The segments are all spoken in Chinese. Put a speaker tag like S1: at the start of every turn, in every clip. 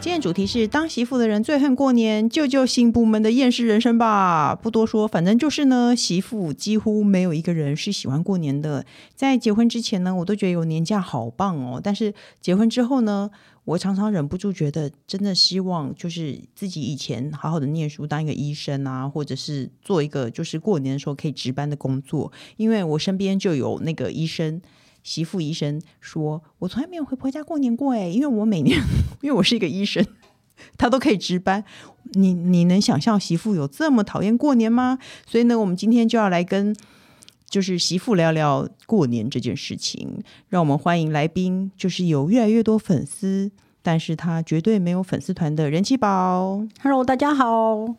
S1: 今天主题是当媳妇的人最恨过年，救救新部门的厌世人生吧。不多说，反正就是呢，媳妇几乎没有一个人是喜欢过年的。在结婚之前呢，我都觉得有年假好棒哦，但是结婚之后呢，我常常忍不住觉得，真的希望就是自己以前好好的念书，当一个医生啊，或者是做一个就是过年的时候可以值班的工作，因为我身边就有那个医生。媳妇医生说：“我从来没有回婆家过年过诶，因为我每年，因为我是一个医生，他都可以值班。你你能想象媳妇有这么讨厌过年吗？所以呢，我们今天就要来跟就是媳妇聊聊过年这件事情。让我们欢迎来宾，就是有越来越多粉丝，但是他绝对没有粉丝团的人气宝。
S2: Hello，大家好。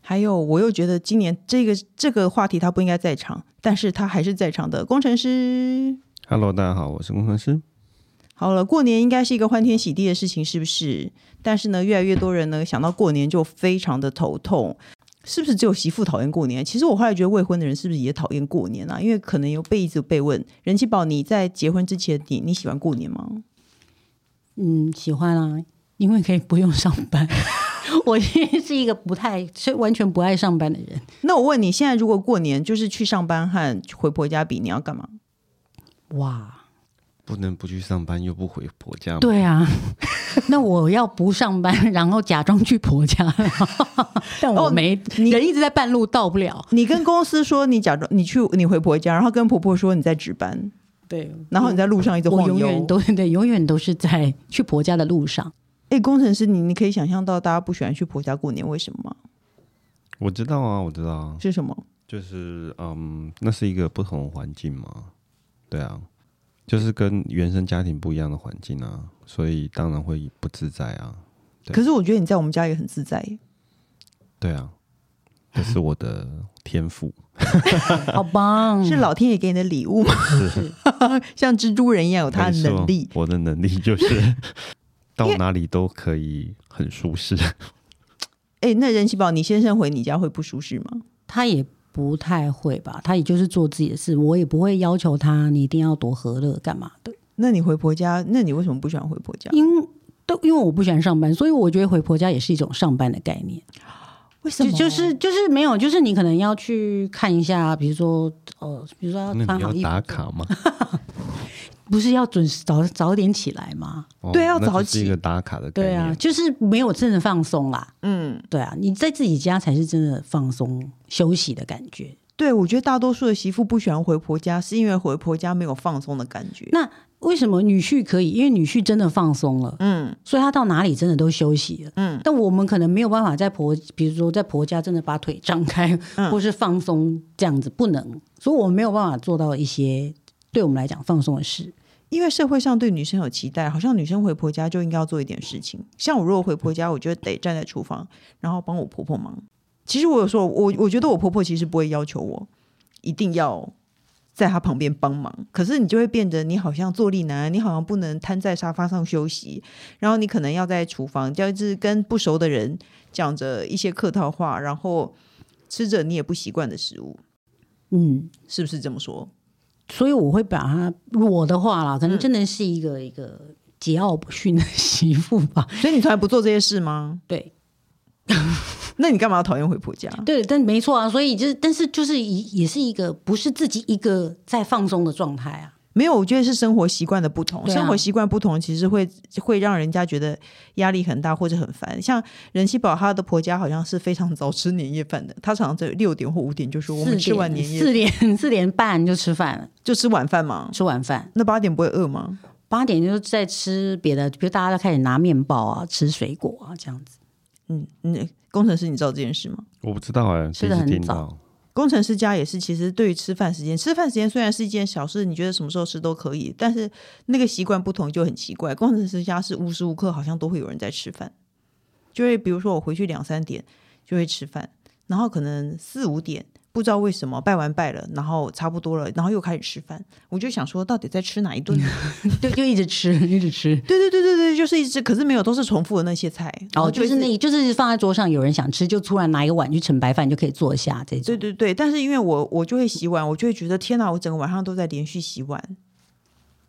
S1: 还有，我又觉得今年这个这个话题他不应该在场，但是他还是在场的工程师。
S3: Hello，大家好，我是工程师。
S1: 好了，过年应该是一个欢天喜地的事情，是不是？但是呢，越来越多人呢想到过年就非常的头痛，是不是只有媳妇讨厌过年？其实我后来觉得未婚的人是不是也讨厌过年啊？因为可能有被一直被问，人气宝，你在结婚之前，你你喜欢过年吗？
S2: 嗯，喜欢啊，因为可以不用上班。 我是一个不太，是完全不爱上班的人。
S1: 那我问你，现在如果过年就是去上班和回婆家比，你要干嘛？
S2: 哇，
S3: 不能不去上班又不回婆家吗？
S2: 对啊， 那我要不上班，然后假装去婆家， 哦但我没、人一直在半路到不了。
S1: 你跟公司说你假装你去你回婆家，然后跟婆婆说你在值班，
S2: 对，
S1: 然后你在路上一直
S2: 嗯我
S1: 晃
S2: 永
S1: 悠。
S2: 远都 对，永远都是在去婆家的路上。
S1: 哎、工程师，你你可以想象到大家不喜欢去婆家过年，为什么吗？
S3: 我知道啊，我知道啊，
S1: 是什么？
S3: 就是嗯，那是一个不同的环境嘛，对啊，就是跟原生家庭不一样的环境啊，所以当然会不自在啊，对
S1: 可是我觉得你在我们家也很自在耶。
S3: 对啊，这是我的 天赋，
S2: 好棒！
S1: 是老天爷给你的礼物吗？ 像蜘蛛人一样有他的
S3: 没错
S1: 能力。
S3: 我的能力就是 到哪里都可以很舒适。
S1: 哎、那任熙宝，你先生回你家会不舒适吗？
S2: 他也不太会吧，他也就是做自己的事，我也不会要求他你一定要多和乐干嘛的，
S1: 那你回婆家，那你为什么不喜欢回婆家？
S2: 因都因为我不喜欢上班，所以我觉得回婆家也是一种上班的概念，
S1: 为什
S2: 就
S1: 么？
S2: 就是就是没有，就是你可能要去看一下，比如说呃，比如说要
S3: 那
S2: 穿
S3: 你
S2: 好
S3: 要
S2: 衣
S3: 打
S2: 服，
S3: 卡吗？
S2: 不是要准时早早点起来吗？
S3: 哦
S1: 对要
S3: 那就
S1: 早
S3: 是
S1: 起
S3: 一个打卡的概
S2: 对
S3: 念。
S2: 啊，就是没有真的放松啦，
S1: 嗯，
S2: 对啊，你在自己家才是真的放松休息的感觉。
S1: 对，我觉得大多数的媳妇不喜欢回婆家，是因为回婆家没有放松的感觉。
S2: 那为什么女婿可以？因为女婿真的放松了，
S1: 嗯，
S2: 所以他到哪里真的都休息了。
S1: 嗯
S2: 嗯，但我们可能没有办法在婆，比如说在婆家真的把腿张开，
S1: 嗯
S2: 或是放松这样子，不能，所以我们没有办法做到一些对我们来讲放松的事。
S1: 因为社会上对女生有期待，好像女生回婆家就应该要做一点事情。像我如果回婆家，我就得站在厨房，然后帮我婆婆忙。其实我有时候，我我觉得我婆婆其实不会要求我一定要在她旁边帮忙，可是你就会变得你好像坐立难安，你好像不能瘫在沙发上休息，然后你可能要在厨房，就是跟不熟的人讲着一些客套话，然后吃着你也不习惯的食物，
S2: 嗯，
S1: 是不是这么说？
S2: 所以我会把他我的话啦，可能真的是一个、一个桀骜不驯的媳妇吧。
S1: 所以你从来不做这些事吗？
S2: 对
S1: 那你干嘛要讨厌回婆家？
S2: 对，但没错啊，所以就是，但是就是也也是一个不是自己一个在放松的状态啊。
S1: 没有，我觉得是生活习惯的不同。
S2: 对啊
S1: 生活习惯不同，其实会会让人家觉得压力很大或者很烦。像任熙宝，她的婆家好像是非常早吃年夜饭的，她常常在六点或五点就说我
S2: 四
S1: 们
S2: 点
S1: 吃完年夜
S2: 四点四点半就吃饭了，
S1: 就吃晚饭嘛。
S2: 吃晚饭。
S1: 那八点不会饿吗？
S2: 八点就是在吃别的，比如大家开始拿面包啊，吃水果啊，这样子。
S1: 嗯，你工程师你知道这件事吗？
S3: 我不知道哎、
S2: 吃
S3: 第一
S2: 得
S3: 次
S2: 很
S3: 听
S2: 早
S3: 到。
S1: 工程师家也是，其实对于吃饭时间，吃饭时间虽然是一件小事，你觉得什么时候吃都可以，但是那个习惯不同就很奇怪。工程师家是无时无刻好像都会有人在吃饭，就会比如说我回去两三点就会吃饭，然后可能四五点不知道为什么拜完拜了，然后差不多了，然后又开始吃饭，我就想说到底在吃哪一顿？
S2: 就就一直吃， 一直吃。
S1: 对对对对对，就是一直，可是没有，都是重复的那些菜。然后
S2: 哦，就是那，就是放在桌上，有人想吃，就突然拿一个碗去盛白饭，就可以坐下这
S1: 对
S2: 种。
S1: 对对，但是因为我我就会洗碗，我就会觉得天哪，我整个晚上都在连续洗碗。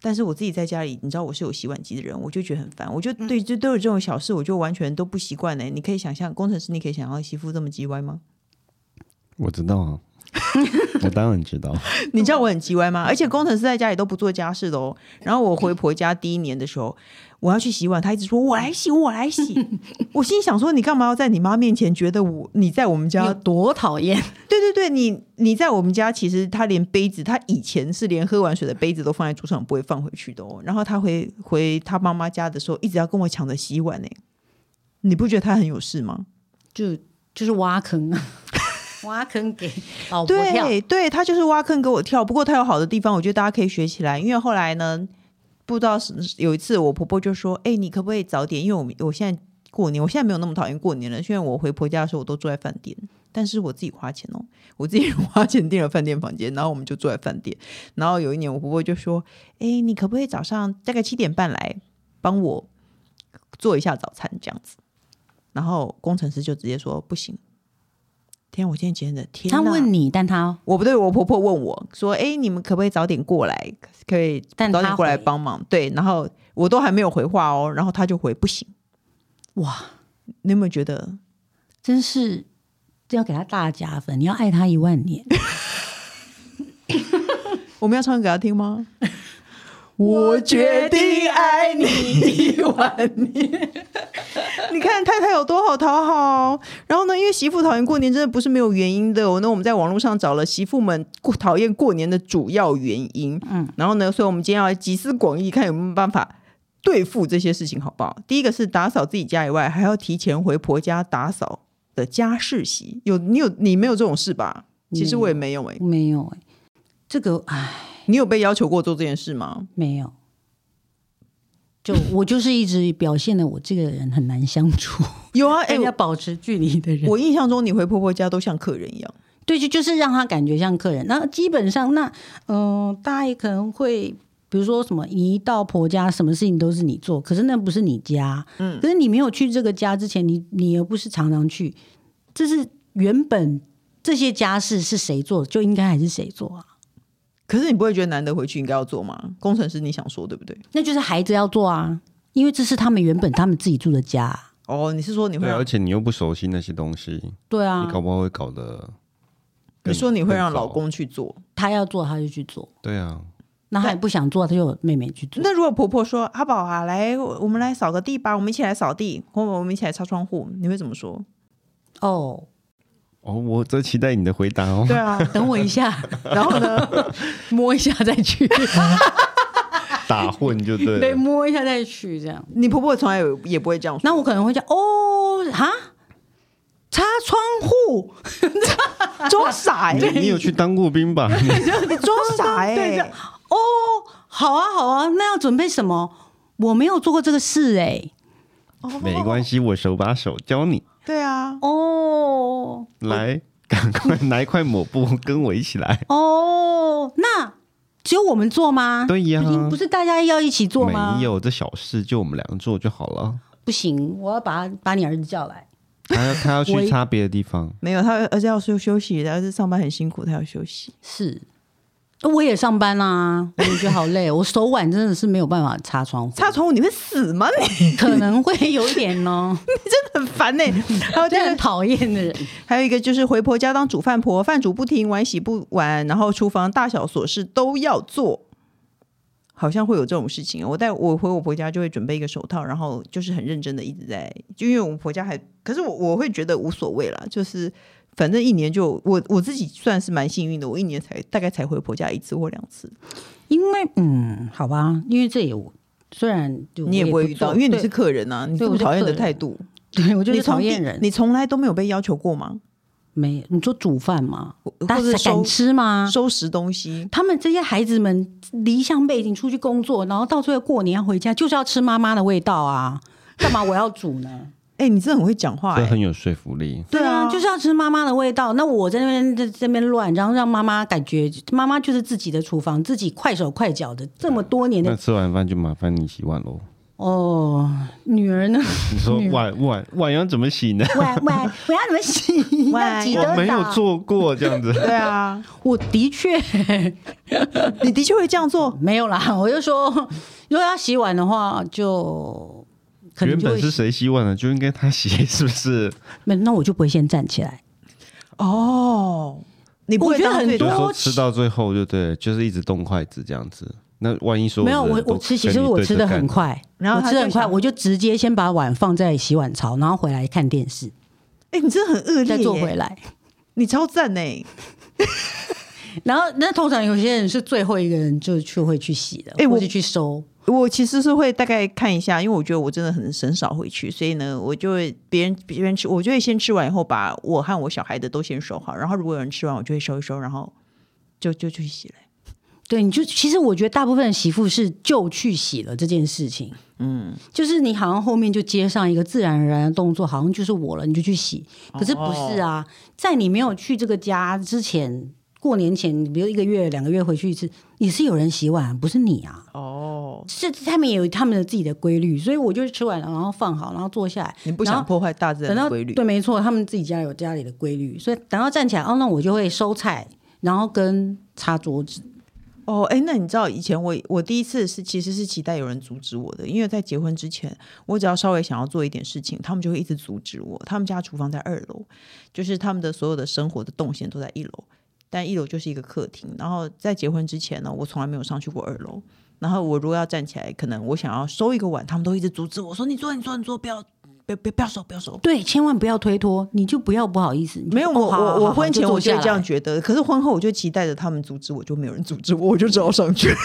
S1: 但是我自己在家里，你知道我是有洗碗机的人，我就觉得很烦。我就对就都有这种小事，我就完全都不习惯呢、你可以想象，工程师你可以想象媳妇这么叽歪吗？
S3: 我知道啊，我当然知道。
S1: 你知道我很叽歪吗？而且工程师在家里都不做家事的哦。然后我回婆家第一年的时候，我要去洗碗，他一直说我来洗，我来洗。 我心想说，你干嘛要在你妈面前觉得我你在我们
S2: 你有
S1: 家？
S2: 多讨厌？
S1: 对对对，你你在我们家，其实他连杯子，他以前是连喝完水的杯子都放在桌上，不会放回去的哦。然后他回回他妈妈家的时候，一直要跟我抢着洗碗呢、你不觉得他很有事吗？
S2: 就就是挖坑啊， 挖坑给老婆跳。
S1: 对对，他就是挖坑给我跳。不过他有好的地方，我觉得大家可以学起来。因为后来呢，不知道是有一次我婆婆就说：“哎、你可不可以早点？因为我们我现在过年，我现在没有那么讨厌过年了，虽然我回婆家的时候我都住在饭店。”但是我自己花钱哦，我自己 花钱订了饭店房间，然后我们就住在饭店。然后有一年，我婆婆就说：“哎、你可不可以早上大概七点半来帮我做一下早餐这样子？”然后工程师就直接说：“不行。”天啊，我今天真的天哪！
S2: 他问你，但他
S1: 我不对，我婆婆问我说：“哎、你们可不可以早点过来？可以
S2: 但
S1: 早点
S2: 她
S1: 过来
S2: 回
S1: 帮忙？”对，然后我都还没有回话哦，然后她就回：“不行。
S2: 哇，”
S1: 你有没有觉得？
S2: 真是要给他大加分，你要爱他一万 年。
S1: 我们要唱歌给她听吗？ 我决定爱你一万年。 你看太太有多好讨好。然后呢，因为媳妇讨厌过年真的不是没有原因的、哦。那我们在网络上找了媳妇们过讨厌过年的主要原因。嗯，然后呢，所以我们今天要来集思广益，看有没有办法。对付这些事情好不好？第一个是打扫自己家以外，还要提前回婆家打扫的家事席。有你有你没有这种事吧？其实我也没有哎、
S2: 没有哎、这个唉
S1: 你有被要求过做这件事吗？
S2: 没有。就我就是一直表现的，我这个人很难相处，
S1: 有 啊，哎、
S2: 要
S1: 我
S2: 保持距离的人。
S1: 我印象中你回婆婆家都像客人一样，
S2: 对，就就是让他感觉像客人。那基本上，那嗯、呃大家也可能会，比如说什么，你一到婆家，什么事情都是你做，可是那不是你家，嗯，可是你没有去这个家之前，你你又不是常常去，这是原本这些家事是谁做的，就应该还是谁做啊？
S1: 可是你不会觉得难得回去应该要做吗？工程师你想说对不对？
S2: 那就是孩子要做啊，因为这是他们原本他们自己住的家啊、
S1: 哦，你是说你会
S3: 对，而
S1: 让
S3: 且你又不熟悉那些东西，
S2: 对
S3: 你
S2: 啊，
S3: 搞不好会搞得
S1: 你
S3: 更
S1: 说你会
S3: 更
S1: 让
S3: 糟
S1: 老公去做？
S2: 他要做他就去做，
S3: 对啊，
S2: 那他也不想做，他就有妹妹去做。
S1: 那如果婆婆说阿宝啊，来我们来扫个地吧，我们一起来扫地，或者我们一起来擦窗户，你会怎么说？
S2: 哦，
S3: 哦，我在期待你的回答 哦。
S1: 对啊，
S2: 等我一下，
S1: 然后呢？
S2: 摸一下再去。
S1: 啊
S3: 打混就对
S2: 对，
S3: 了。
S2: 摸一下再去这样。
S1: 你婆婆从来也也不会这样说。
S2: 那我可能会讲哦哈，擦窗户，
S1: 装傻哎、
S3: 你你有去当过兵 吧？
S1: 你装傻哎、
S2: 对这样哦，好啊好啊，那要准备什么？我没有做过这个事哎、
S1: 哦
S3: 没关系，我手把手教你。
S1: 对啊，
S2: 哦
S3: 来，赶快拿一块抹布跟我一起来。
S2: 哦，那只有我们做吗？
S3: 对呀
S2: 不是不是大家要一起做吗？
S3: 没，有这小事，就我们两个做就好了。
S2: 不行，我要把他把你儿子叫来。
S3: 他要他要
S2: 我
S3: 去擦别的地方，
S1: 没有她，而且要休休息，儿子上班很辛苦，她要休息。
S2: 是，我也上班啦、我也觉得好累，我手腕真的是没有办法擦窗户，
S1: 擦窗户你会死吗？你
S2: 可能会有一点 呢、
S1: 很烦 哎、还有
S2: 我
S1: 这
S2: 这
S1: 样
S2: 很讨厌的人。
S1: 还有一个就是回婆家当煮饭婆，饭煮不停，碗洗不完，然后厨房大小琐事都要做。好像会有这种事情，我带我回我婆家就会准备一个手套，然后就是很认真的一直在，就因为我婆家还，可是我我会觉得无所谓啦，就是反正一年就我我自己算是蛮幸运的，我一年才大概才回婆家一次或两次，
S2: 因为嗯，好吧，因为这也我虽然就
S1: 你也
S2: 我
S1: 不
S2: 嗯不
S1: 会遇到，
S2: 做
S1: 因为你
S2: 对
S1: 是客人啊，你这
S2: 对
S1: 么
S2: 我是
S1: 讨厌
S2: 客
S1: 的
S2: 人
S1: 态度，
S2: 对我就是
S1: 你
S2: 讨
S1: 从
S2: 厌
S1: 第
S2: 人，
S1: 你从来都没有被要求过吗？
S2: 没你说煮饭吗？
S1: 或
S2: 大
S1: 者
S2: 家
S1: 是收
S2: 敢吃吗？
S1: 收拾东西，
S2: 他们这些孩子们离乡背景出去 工作，然后到最后过年要回家，就是要吃妈妈的味道啊！干嘛我要煮呢？
S1: 哎、哎、你真的很会讲话、
S3: 这
S1: 哎，
S3: 很有说服力。
S1: 对
S2: 对
S1: 啊
S2: 啊，就是要吃妈妈的味道。那我在那边在这边乱，然后让妈妈感觉妈妈就是自己的厨房，自己快手快脚的，这么多年
S3: 那
S2: 的
S3: 吃完饭就麻烦你洗碗喽。
S2: 哦。女儿呢？
S3: 你说碗碗碗要怎么洗呢？
S2: 碗碗，我要怎么洗？
S1: 碗
S2: 要几
S3: 我
S2: 多
S3: 没有
S2: 少？
S3: 做过这 样子。
S1: 对啊，
S2: 我的确
S1: 你的确会这样做，
S2: 没有啦。 我就说，如果要洗碗的话，就可
S3: 原
S2: 能就
S3: 本
S2: 会
S3: 是谁洗碗的，就应该他洗，是不是？
S2: 没，那我就不会先站起来。
S1: 哦，你不会
S2: 我觉得
S1: 当
S2: 很
S1: 最
S3: 就
S2: 多
S3: 是说
S2: 多
S3: 吃
S2: 吃
S3: 到最后就对了，就是一直动筷子这样子。那万一说
S2: 没有，我我吃，其实我吃的很，快，
S1: 然后
S2: 我
S1: 他
S2: 吃
S1: 就
S2: 的很快，
S1: 想
S2: 我就直接先把碗放在洗碗槽，然后回来看电视，
S1: 哎、你真的很恶
S2: 再
S1: 劣
S2: 坐
S1: 耶、
S2: 回来。
S1: 你超赞哎、
S2: 然后，那通常有些人是最后一个人就去会去洗的，
S1: 哎我
S2: 或是去收。
S1: 我其实是会大概看一下，因为我觉得我真的很很少回去，所以呢，我就会别人别人吃，我就会先吃完以后把我和我小孩的都先收好，然后如果有人吃完，我就会收一收，然后就就去洗了。
S2: 对，你就其实我觉得大部分的媳妇是就去洗了这件事情，嗯，就是你好像后面就接上一个自然而然的动作，好像就是我了，你就去洗。
S1: 哦
S2: 可是不是啊，在你没有去这个家之前，过年前，比如一个月、两个月回去一次，也是有人洗碗，不是你啊。
S1: 哦，
S2: 是他们也有他们的自己的规律，所以我就是吃完了，然后放好，然后坐下来。
S1: 你不想
S2: 然后
S1: 破坏大自然
S2: 等
S1: 的
S2: 到
S1: 规律？
S2: 对，没错，他们自己家有家里的规律，所以等到站起来，哦，那我就会收菜，然后跟擦桌子。
S1: 哦，哎，那你知道以前我我第一次是其实是期待有人阻止我的，因为在结婚之前，我只要稍微想要做一点事情，他们就会一直阻止我。他们家厨房在二楼，就是他们的所有的生活的动线都在一楼，但一楼就是一个客厅。然后在结婚之前呢，我从来没有上去过二楼。然后我如果要站起来，可能我想要收一个碗，他们都一直阻止我说：“你坐，你坐，你坐，不要，不要，不要不要收，不要收。”
S2: 对，千万不要推脱，你就不要不好意思。你就
S1: 没有
S2: 哦
S1: 我
S2: 好好
S1: 我我
S2: 好
S1: 婚前
S2: 就坐
S1: 我就会
S2: 下
S1: 这样
S2: 来
S1: 觉得，可是婚后我就期待着他们阻止我，就没有人阻止我，我就只好上去。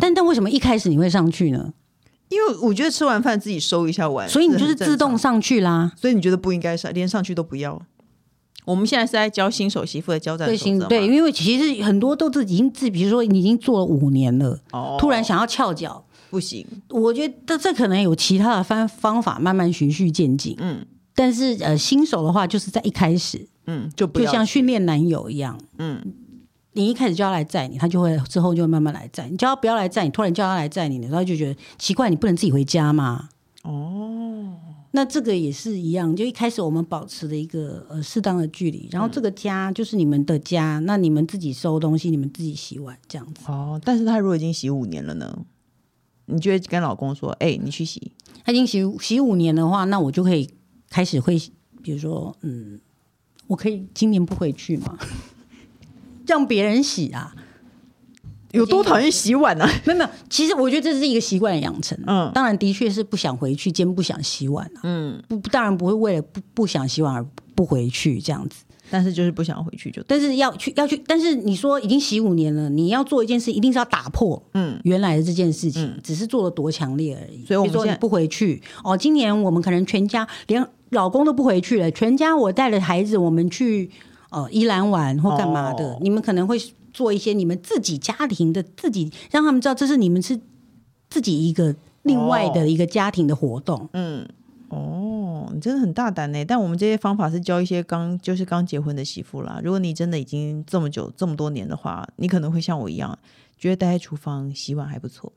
S2: 但但为什么一开始你会上去呢？
S1: 因为我觉得吃完饭自己收一下碗，
S2: 所以你就是
S1: 很正
S2: 自动
S1: 常，
S2: 上去啦。
S1: 所以你觉得不应该上，连上去都不要。我们现在是在教新手媳妇的交战
S2: 对，
S1: 守
S2: 行，
S1: 则
S2: 对，
S1: 嘛，
S2: 因为其实很多都是已经自，比如说你已经做了五年了，
S1: 哦
S2: 突然想要翘脚，
S1: 不行，
S2: 我觉得这可能有其他的方方法，慢慢循序渐进。
S1: 嗯
S2: 嗯，但是呃，新手的话，就是在一开始，
S1: 嗯，就不
S2: 就
S1: 要
S2: 像
S1: 去
S2: 训练男友一样，
S1: 嗯，
S2: 你一开始就要来载你，他就会之后就会慢慢来载你。叫他不要来载你，突然叫他来载你，然后就觉得奇怪，你不能自己回家吗？哦，那这个也是一样，就一开始我们保持的一个呃适当的距离，然后这个家就是你们的家，那你们自己收东西，你们自己洗碗这样子。
S1: 哦。但是她如果已经洗五年了呢，你就会跟老公说：“哎、你去洗。
S2: 他已经洗洗五年的话，那我就可以开始会，比如说，嗯，我可以今年不回去嘛， 让别人洗啊。”
S1: 有多讨厌洗碗呢、啊？
S2: 没有没有，其实我觉得这是一个习惯的养成。
S1: 嗯
S2: 嗯，当然的确是不想回去，兼不想洗碗啊。
S1: 嗯
S2: 嗯，不，当然不会为了不不想洗碗而不回去这样子。
S1: 但是就是不想回去就对。
S2: 但是要去要去，但是你说已经洗五年了，你要做一件事，一定是要打破
S1: 嗯
S2: 原来的这件事情，只是做了多强烈而已。
S1: 所以我们
S2: 比如说
S1: 现
S2: 你
S1: 在
S2: 不回去哦，今年我们可能全家连老公都不回去了，全家我带了孩子，我们去呃宜兰玩或干嘛的，
S1: 哦
S2: 你们可能会做一些你们自己家庭的自己，让他们知道这是你们是自己一个另外
S1: 哦
S2: 的一个家庭的活动。
S1: 嗯，哦，你真的很大胆呢。但我们这些方法是教一些刚就是刚结婚的媳妇啦。如果你真的已经这么久这么多年的话，你可能会像我一样，觉得待在厨房洗碗还不错。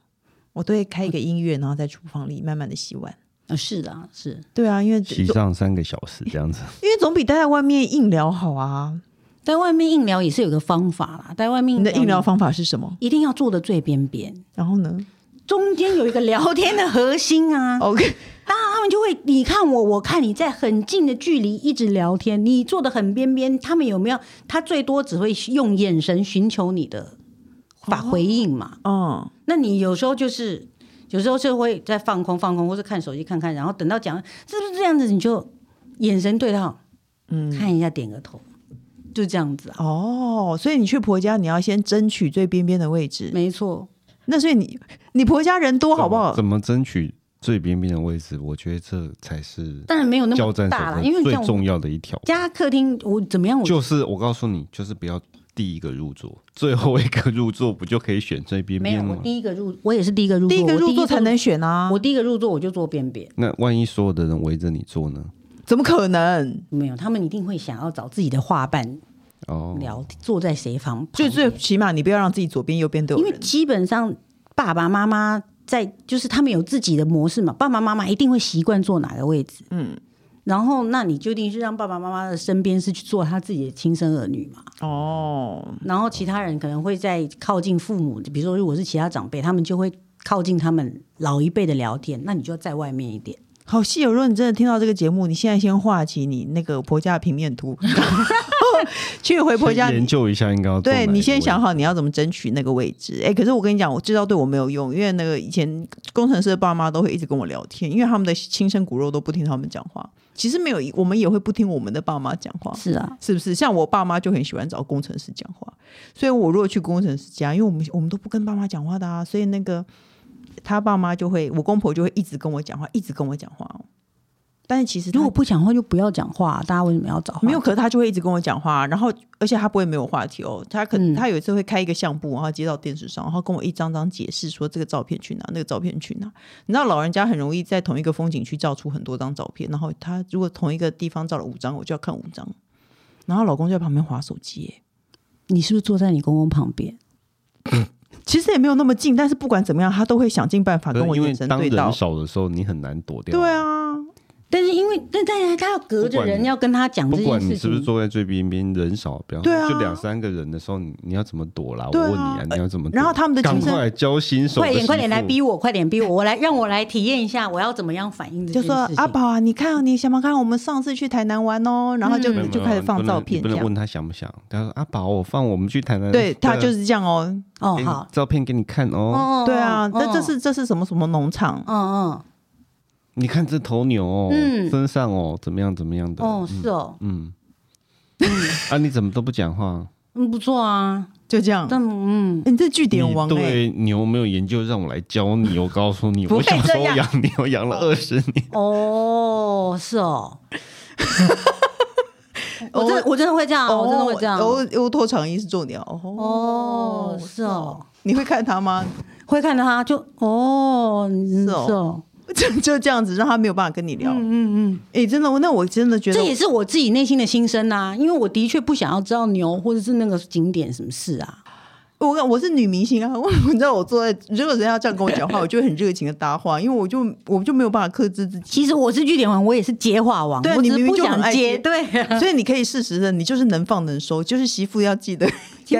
S1: 我都会开一个音乐，然后在厨房里慢慢的洗碗。
S2: 呃是的啊，是。
S1: 对啊，因为
S3: 洗
S1: 总
S3: 上三个小时这样子。
S1: 因为总比待在外面硬聊好啊。
S2: 在外面硬聊也是有个方法啦，在外面
S1: 你的硬聊
S2: 你
S1: 方法是什么？
S2: 一定要坐的最边边，
S1: 然后呢
S2: 中间有一个聊天的核心啊。
S1: ？OK，
S2: 那他们就会你看我，我看你，在很近的距离一直聊天，你坐的很边边，他们有没有？他最多只会用眼神寻求你的法回应嘛。
S1: 嗯，
S2: 那你有时候就是，有时候就会在放空放空，或是看手机看看，然后等到讲是不是这样子，你就眼神对到，嗯，看一下点个头，就这样子啊。
S1: 哦，所以你去婆家，你要先争取最边边的位置。
S2: 没错，
S1: 那所以你你婆家人多好不
S2: 哦
S1: 好？
S3: 怎么争取最边边的位置？我觉得这才是
S2: 当然没有那
S3: 交
S2: 么
S3: 战
S2: 大啦，
S3: 手
S2: 因为
S3: 册最
S2: 像我
S3: 重要的一条。
S2: 家客厅，我怎么样我
S3: 就是我告诉你，就是不要第一个入座，最后一个入座不就可以选最边
S2: 没有，
S3: 边
S2: 我
S3: 了吗？
S2: 第一个入，我也是第一个入座，
S1: 第一个
S2: 我
S1: 入座才能选啊
S2: 我，第一个入座我就坐边边，
S3: 那万一所有的人围着你坐呢？
S1: 怎么可能？
S2: 没有，他们一定会想要找自己的画伴
S3: 哦，
S2: 聊，坐在谁房旁
S1: 就
S2: 边，
S1: 最起码你不要让自己左边右边都有
S2: 因为
S1: 人。
S2: 基本上爸爸妈妈在就是他们有自己的模式嘛，爸爸妈妈一定会习惯坐哪个位置，嗯，然后那你就一定是让爸爸妈妈的身边是去做他自己的亲生儿女嘛，
S1: 哦，
S2: 然后其他人可能会在靠近父母，比如说如果是其他长辈，他们就会靠近他们老一辈的聊天，那你就要在外面一点。
S1: 好细哦！如果你真的听到这个节目，你现在先画起你那个婆家的平面图，然后去回婆家
S3: 先。研究一下应该要坐哪
S1: 对
S3: 一个
S1: 你先
S3: 位
S1: 想好你要怎么争取那个位置。哎，可是我跟你讲，我这招对我没有用，因为那个以前工程师的爸妈都会一直跟我聊天，因为他们的亲生骨肉都不听他们讲话。其实没有，我们也会不听我们的爸妈讲话。
S2: 是啊，
S1: 是不是？像我爸妈就很喜欢找工程师讲话，所以我如果去工程师家，因为我们我们都不跟爸妈讲话的啊，所以那个他爸妈就会，我公婆就会一直跟我讲话，一直跟我讲话哦。但是其实他
S2: 如果不讲话就不要讲话，大家为什么要找话？
S1: 没有，可是他就会一直跟我讲话，啊然后而且他不会没有话题哦，他可能、
S2: 嗯
S1: 他有一次会开一个相簿，然后接到电视上，然后跟我一张张解释说这个照片去哪，那个照片去哪。你知道老人家很容易在同一个风景区照出很多张照片，然后他如果同一个地方照了五张，我就要看五张，然后老公就在旁边划手机耶。
S2: 你是不是坐在你公公旁边？
S1: 其实也没有那么近，但是不管怎么样，他都会想尽办法
S3: 可
S1: 跟
S3: 是
S1: 我
S3: 因为
S1: 眼神
S3: 当
S1: 对到
S3: 人。少的时候，你嗯很难躲掉。
S1: 对，啊，
S2: 但是因为但但他要隔着
S3: 不管
S2: 人
S3: 你
S2: 要跟他讲这
S3: 不
S2: 件
S3: 管
S2: 事
S3: 你
S2: 情，
S3: 是不是坐在最边边，人少，比方
S1: 对啊
S3: 说就两三个人的时候，你你要怎么躲啦？我
S1: 对啊
S3: 问你啊，你要怎么躲？
S1: 然后他们的
S3: 赶
S1: 亲生
S3: 快教新手的
S2: 快
S3: 媳妇，
S2: 点快点来逼我，快点逼我，我来让我来体验一下，我要怎么样反应这
S1: 就
S2: 件
S1: 说
S2: 事情。
S1: 阿宝啊，你看你想不想看我们上次去台南玩哦？然后就、
S3: 没有。没有
S1: 就开始放照片
S3: 你不
S1: 这
S3: 能嗯你不能
S1: 样。
S3: 问啊他想不想，他说阿宝，我放我们去台南，
S1: 对他就是这样哦，
S2: 哦
S3: 给你
S2: 好，
S3: 照片给你看哎
S2: 哦
S3: 哦，
S1: 对啊，那、这
S2: 哦
S1: 是这是什么什么农场？
S2: 嗯
S3: 你看这头牛哦，
S2: 嗯
S3: 身上哦怎么样怎么样
S2: 嗯
S3: 的，
S2: 哦是哦，
S3: 嗯，啊你怎么都不讲话？
S2: 嗯不错啊，
S1: 就这样。
S2: 但嗯
S1: 你这据
S3: 你
S1: 点王哎、
S3: 对牛没有研究，让我来教你，我 告诉你，
S1: 不
S3: 我
S1: 会
S3: 小时
S1: 这
S3: 候
S1: 样
S3: 养牛养了二十 年。
S2: 哦是哦，我
S1: 偶
S2: 真
S1: 尔
S2: 的我真的会这样，我真的会这样。
S1: 哦，欧托长一是重点哦。
S2: 哦，是哦，
S1: 你会看他吗？
S2: 会看到他就哦，嗯
S1: 是哦
S2: 是哦，
S1: 就就这样子，让他没有办法跟你聊。哎、
S2: 嗯嗯，
S1: 真的，我那我真的觉得
S2: 这也是我自己内心的心声呐、因为我的确不想要知道牛或者是那个景点什么事啊。
S1: 我跟我是女明星啊，我 你知道我坐在，如果人家这样跟我讲话，我就会很热情的搭话，因为我就我就没有办法克制自己。
S2: 其实我是据点王，我也是接话王，
S1: 对
S2: 我
S1: 你
S2: 只是
S1: 明明
S2: 不
S1: 就很
S2: 想
S1: 爱接
S2: 接， 对，
S1: 所以你可以适时的，你就是能放能收，就是媳妇要记得
S2: 千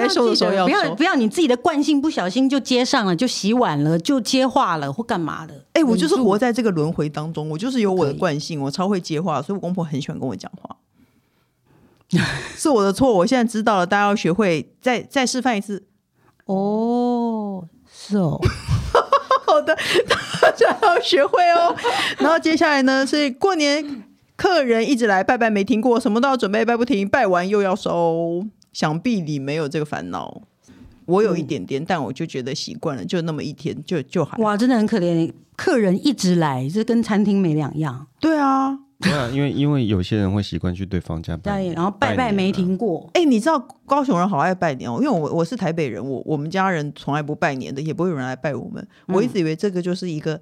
S1: 该
S2: 万
S1: 收的时候
S2: 记得不 要
S1: 收
S2: 不。要你自己的惯性不小心就接上了，就洗碗了，就接话了或干嘛的。
S1: 哎、我就是
S2: 忍住
S1: 活在这个轮回当中，我就是有我的
S2: 可以
S1: 惯性，我超会接话，所以我公婆很喜欢跟我讲 话。是我的错，我现在知道了，大家要学会再再示范一次。
S2: 哦，是哦，
S1: 好的，大家要学会哦。 然后接下来呢，是过年客人一直来拜拜没停过，什么都要准备拜不停，拜完又要收，想必你没有这个烦恼。我有一点点，但我就觉得习惯了，就那么一天，就就还
S2: 哇，真的很可怜，客人一直来，这跟餐厅没两样。
S1: 对啊。
S3: 对啊，因为因为有些人会习惯去对方家拜
S2: 对，
S3: 年，
S2: 然后拜拜
S3: 年
S2: 没
S3: 啊。
S2: 停过，
S1: 哎、你知道高雄人好爱拜年哦，因为我我是台北人，我我们家人从来不拜年的，也不会有人来拜我们。我一直以为这个就是一个，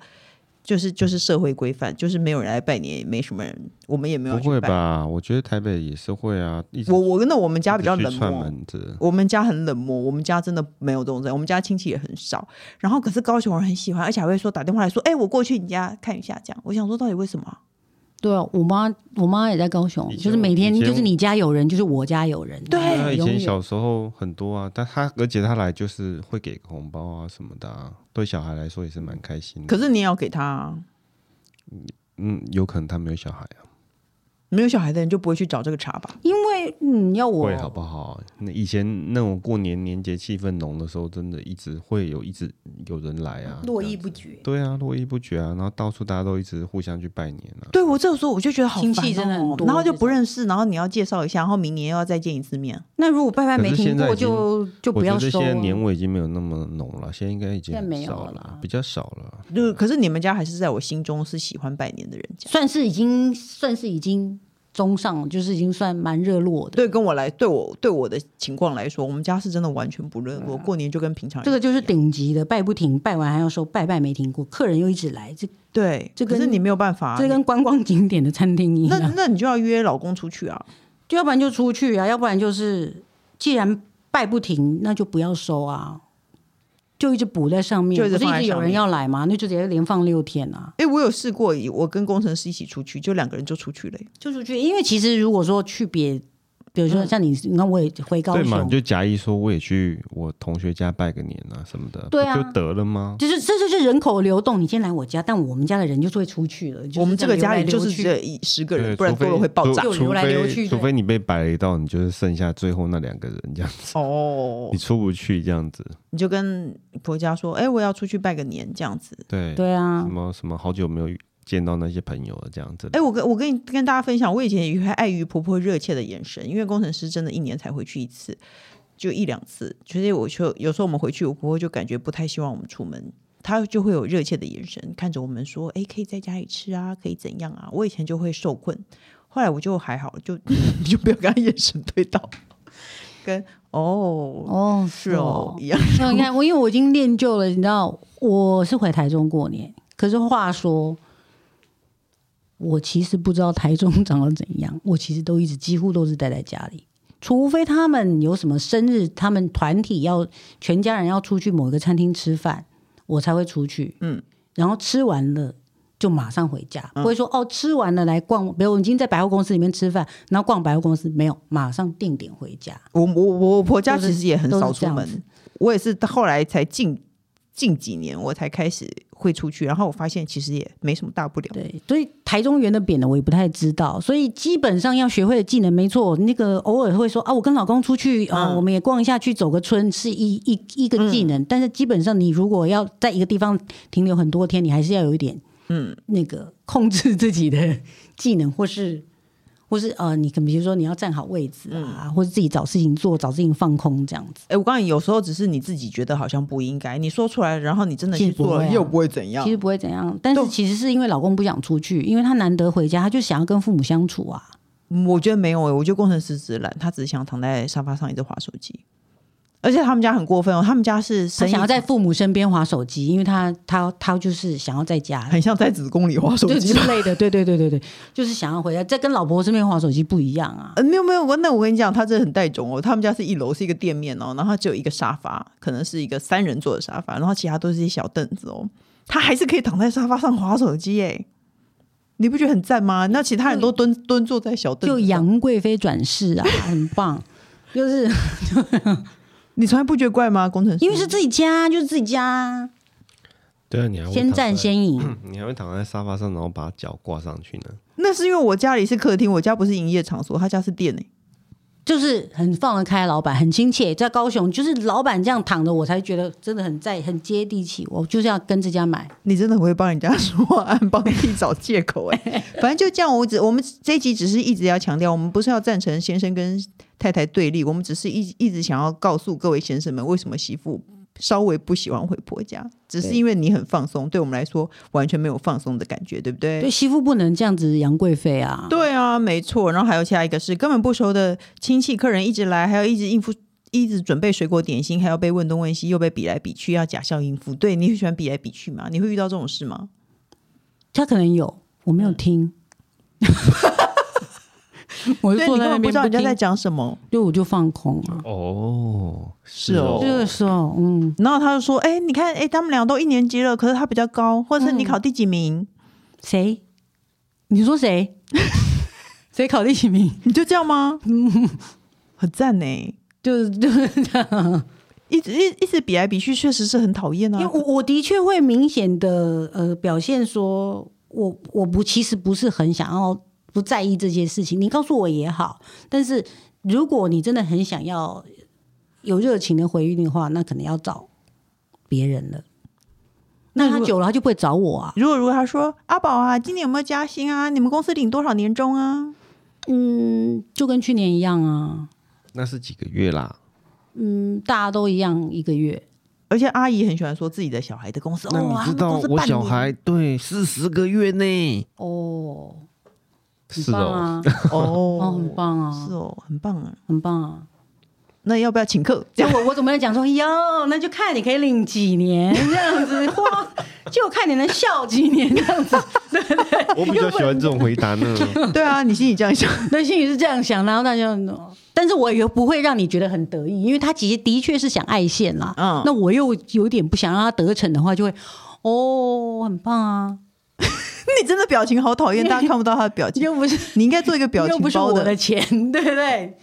S1: 就是就是社会规范，就是没有人来拜年，也没什么人，我们也没有
S3: 不
S1: 要去
S3: 会
S1: 拜。
S3: 吧？我觉得台北也是会啊，一直
S1: 我我那我们家
S3: 一
S1: 比
S3: 直
S1: 较
S3: 去
S1: 冷
S3: 串
S1: 漠，
S3: 门子。
S1: 我们家很冷漠，我们家真的没有这种人，我们家亲戚也很少。然后可是高雄人很喜欢，而且还会说打电话来说，哎、我过去你家看一下这样。我想说到底为什么啊、
S2: 对啊，我妈我妈也在高雄
S3: 以，前
S2: 就是每天
S3: 以前
S2: 就是你家有人，就是我家有人，
S1: 对
S3: 对啊，以
S2: 永
S3: 前
S2: 远
S3: 小时候很多啊，但他而且他来就是会给个红包啊什么的、啊，对小孩来说也是蛮开心的。
S1: 可是你也要给他、啊，
S3: 嗯，有可能他没有小孩啊，
S1: 没有小孩的人就不会去找这个茬吧？
S2: 因为嗯，要我
S3: 会好不好？那以前那种过年年节气氛浓的时候，真的一直会有一直有人来啊，
S2: 络绎不绝，
S3: 对啊，络绎不绝啊，然后到处大家都一直互相去拜年啊。
S1: 对我这个时候我就觉得好烦、哦，
S2: 亲戚真的很多
S1: 然后就不认识，然后你要介绍一下，然后明年又要再见一次面。
S2: 那如果拜拜没
S3: 可是
S2: 听
S3: 现在
S2: 过，
S3: 已经
S2: 就就
S3: 我
S2: 不
S3: 觉
S2: 要
S3: 得
S2: 收、
S3: 现
S2: 啊
S3: 在。年味已经没有那么浓了，现在应该已经
S2: 现在没
S3: 很
S2: 有
S3: 少
S2: 了啦
S3: 比较少了。
S1: 就可是你们家还是在我心中是喜欢拜年的人家，
S2: 算是已经算是已经中上，就是已经算蛮热络的。
S1: 对，跟我来，对我对我的情况来说，我们家是真的完全不热络，过年就跟平常人
S2: 这个就是顶级的，拜不停，拜完还要说拜拜没停过，客人又一直来，这
S1: 对，
S2: 这
S1: 可是
S2: 跟
S1: 你没有办法啊，
S2: 这跟观光景点的餐厅一
S1: 那
S2: 样，
S1: 那你就要约老公出去啊，
S2: 就要不然就出去啊，要不然就是既然拜不停，那就不要收啊，就一直补在上面，
S1: 就一直
S2: 不是
S1: 放在
S2: 一直有
S1: 上
S2: 人
S1: 面
S2: 要来吗？那就直接连放六天啊。
S1: 哎，我有试过，我跟工程师一起出去，就两个人就出去了耶。
S2: 就出去，因为其实如果说去别，比如说
S1: 嗯
S2: 像你，你看我也回高
S3: 对嘛？
S2: 雄，
S3: 你就假意说我也去我同学家拜个年啊什么的，
S2: 对啊
S3: 不就得了吗？
S2: 就是这就是人口流动。你先来我家，但我们家的人就是会出去了。就是
S1: 我们这个家里
S2: 流来流
S1: 就是
S2: 去
S1: 这一十个人，
S3: 对，
S1: 不然
S3: 除非
S1: 多了会爆炸
S2: 就
S3: 除
S2: 流
S3: 除
S2: 来流去
S3: 非
S2: 对
S3: 除非你被摆了一道，你就是剩下最后那两个人这样子，
S1: 哦
S3: 你。出不去这样子。
S1: 你就跟婆家说，哎，我要出去拜个年这样子。
S3: 对，
S2: 对啊
S3: 什，么什么好久没有遇见到那些朋友了这样子。
S2: 呃
S1: 哎，我跟我跟你跟大家分享，我以前也还碍于婆婆热切的眼神，因为工程师真的一年才回去一次，就一两次。所以我就有时候我们回去，我婆婆就感觉不太希望我们出门，她就会有热切的眼神看着我们说，哎，可以在家里吃啊，可以怎样啊。我以前就会受困，后来我就还好，就 就不要跟她眼神对到，跟哦
S2: 哦，
S1: 是哦一样。
S2: 那你看，我因为我已经练就了，你知道，我是回台中过年。可是话说，我其实不知道台中长得怎样，我其实都一直几乎都是待在家里，除非他们有什么生日，他们团体要全家人要出去某一个餐厅吃饭，我才会出去。
S1: 嗯，
S2: 然后吃完了。就马上回家，不会说哦，吃完了来逛，比如我已经在百货公司里面吃饭，然后逛百货公司，没有，马上定点回家。
S1: 我我我婆家
S2: 都
S1: 其
S2: 是
S1: 实也很
S2: 都是
S1: 少
S2: 这
S1: 出
S2: 样
S1: 门
S2: 子，
S1: 我也是到后来才近近几年我才开始会出去，然后我发现其实也没什么大不了。
S2: 对，所以台中圆的扁的我也不太知道，所以基本上要学会的技能，没错，那个偶尔会说啊，我跟老公出去啊、我们也逛一下，去走个村，是一一一个技能、但是基本上你如果要在一个地方停留很多天，你还是要有一点
S1: 嗯，
S2: 那个控制自己的技能，或是 或是呃，你可能比如说你要站好位置啊，或者自己找事情做，找事情放空这样子。
S1: 哎，我告诉你，有时候只是你自己觉得好像不应该，你说出来，然后你真的
S2: 其
S1: 去
S2: 实不
S1: 做了，
S2: 会啊
S1: 又不会怎样
S2: 其。实不会怎样，但是
S1: 对
S2: 其实是因为老公不想出去，因为他难得回家，他就想要跟父母相处啊。
S1: 嗯我觉得没有哎、我觉得工程师只是懒，他只是想躺在沙发上一直划手机。而且他们家很过分哦，他们家是
S2: 他
S1: 生意
S2: 想要在父母身边划手机，因为他他他就是想要在家，
S1: 很像在子宫里划手
S2: 就
S1: 机
S2: 之。类的，对对对对对，就是想要回家，在跟老婆身边划手机不一样啊。
S1: 呃，没有没有，我那我跟你讲，他真的很带种哦。他们家是一楼是一个店面哦，然后他只有一个沙发，可能是一个三人座的沙发，然后其他都是一些小凳子哦。他还是可以躺在沙发上划手机耶，你不觉得很赞吗？那其他人都蹲蹲坐在小凳
S2: 就
S1: 子上，
S2: 杨贵妃转世啊， 很棒。就是
S1: 你从来不觉得怪吗？工程师，
S2: 因为是自己家，就是自己家，
S3: 对啊，你还会
S2: 先
S3: 躺
S2: 战
S3: 在，
S2: 先赢。
S3: 你还会躺在沙发上，然后把脚挂上去呢。
S1: 那是因为我家里是客厅，我家不是营业场所，他家是店诶。
S2: 就是很放得开，老板很亲切，在高雄就是老板这样躺着，我才觉得真的很在很接地气。我就是要跟这家买，
S1: 你真的很会帮人家说话，帮自己找借口哎、反正就这样，我只我们这一集只是一直要强调，我们不是要赞成先生跟太太对立，我们只是一一直想要告诉各位先生们，为什么媳妇稍微不喜欢回婆家，只是因为你很放松，对我们来说完全没有放松的感觉，对不对？
S2: 对媳妇不能这样子杨贵妃啊。
S1: 对啊，没错。然后还有下一个是根本不熟的亲戚客人一直来，还要一直应付，一直准备水果点心，还要被问东问西，又被比来比去，要假笑应付。对你会喜欢比来比去吗？你会遇到这种事吗？
S2: 他可能有，我没有听。 我
S1: 对你
S2: 就坐
S1: 根
S2: 在那
S1: 本不
S2: 边
S1: 知道人家
S2: 听
S1: 在，讲什么。
S2: 就我就放空啊。
S3: 哦，
S1: 是哦
S2: 这个时候，嗯，
S1: 然后他就说：“哎、你看，哎、他们俩都一年级了，可是他比较高，或者是你
S2: 嗯
S1: 考第几名？
S2: 谁？你说谁？ 谁考第几名？
S1: 你就这样吗？ 很赞呢、
S2: 就是就是这样。
S1: 一直一一直比来比去，确实是很讨厌
S2: 因为
S1: 啊。
S2: 我我的确会明显的呃表现说，我我不其实不是很想要不在意这些事情，你告诉我也好，但是如果你真的很想要有热情的回应的话，那可能要找别人了。那
S1: 那
S2: 他
S1: 如果
S2: 久了他就不会找我啊。
S1: 如果如果他说阿宝啊，今年有没有加薪啊？你们公司领多少年终啊？
S2: 嗯，就跟去年一样啊，
S3: 那是几个月啦？
S2: 嗯，大家都一样一个月。
S1: 而且阿姨很喜欢说自己的小孩的公司，
S3: 那
S1: 哦
S3: 你知道
S1: 他们公司
S3: 我
S1: 半年
S3: 小孩对是十个月呢？
S2: 哦，很
S3: 是
S2: 棒
S3: 哦，
S2: 啊，哦，
S1: 哦
S2: 很，棒啊
S1: 是，哦，很棒啊。
S2: 很棒啊。
S1: 那要不要请客？这
S2: 就
S1: 样
S2: 我我怎么来讲说哟，那就看你可以领几年这样子， 或就看你能笑几年这样子。
S3: 我比较喜欢这种回 答呢。
S1: 对啊，你心里这样想，
S2: 那心里是这样想，然后大家，嗯但是我也不会让你觉得很得意，因为他其实的确是想爱线啦。
S1: 嗯
S2: 那我又有点不想让他得逞的话，就会哦，很棒啊，
S1: 你真的表情好讨 厌，大家看不到他的表情。
S2: 又不是
S1: 你应该做一个表
S2: 又
S1: 情
S2: 不是
S1: 包
S2: 我
S1: 的
S2: 的。钱， 对不对？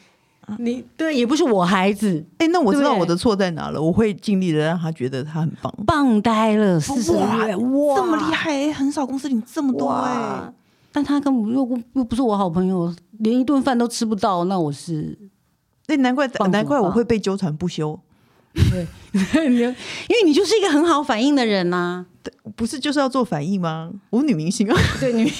S2: 你对，也不是我孩子，
S1: 哎、那我知道
S2: 对
S1: 我的错在哪了，我会尽力的让他觉得他很棒。
S2: 棒呆了四十哇，这
S1: 这么厉害、欸，很少公司领这么多哎、
S2: 哇但他根本又不又不是我好朋友，连一顿饭都吃不到，那我是
S1: 那难怪
S2: 棒
S1: 难怪我
S2: 棒
S1: 会被纠缠不休，
S2: 因为你就是一个很好反应的人呐、
S1: 不是就是要做反应吗？我女明星啊，
S2: 对你。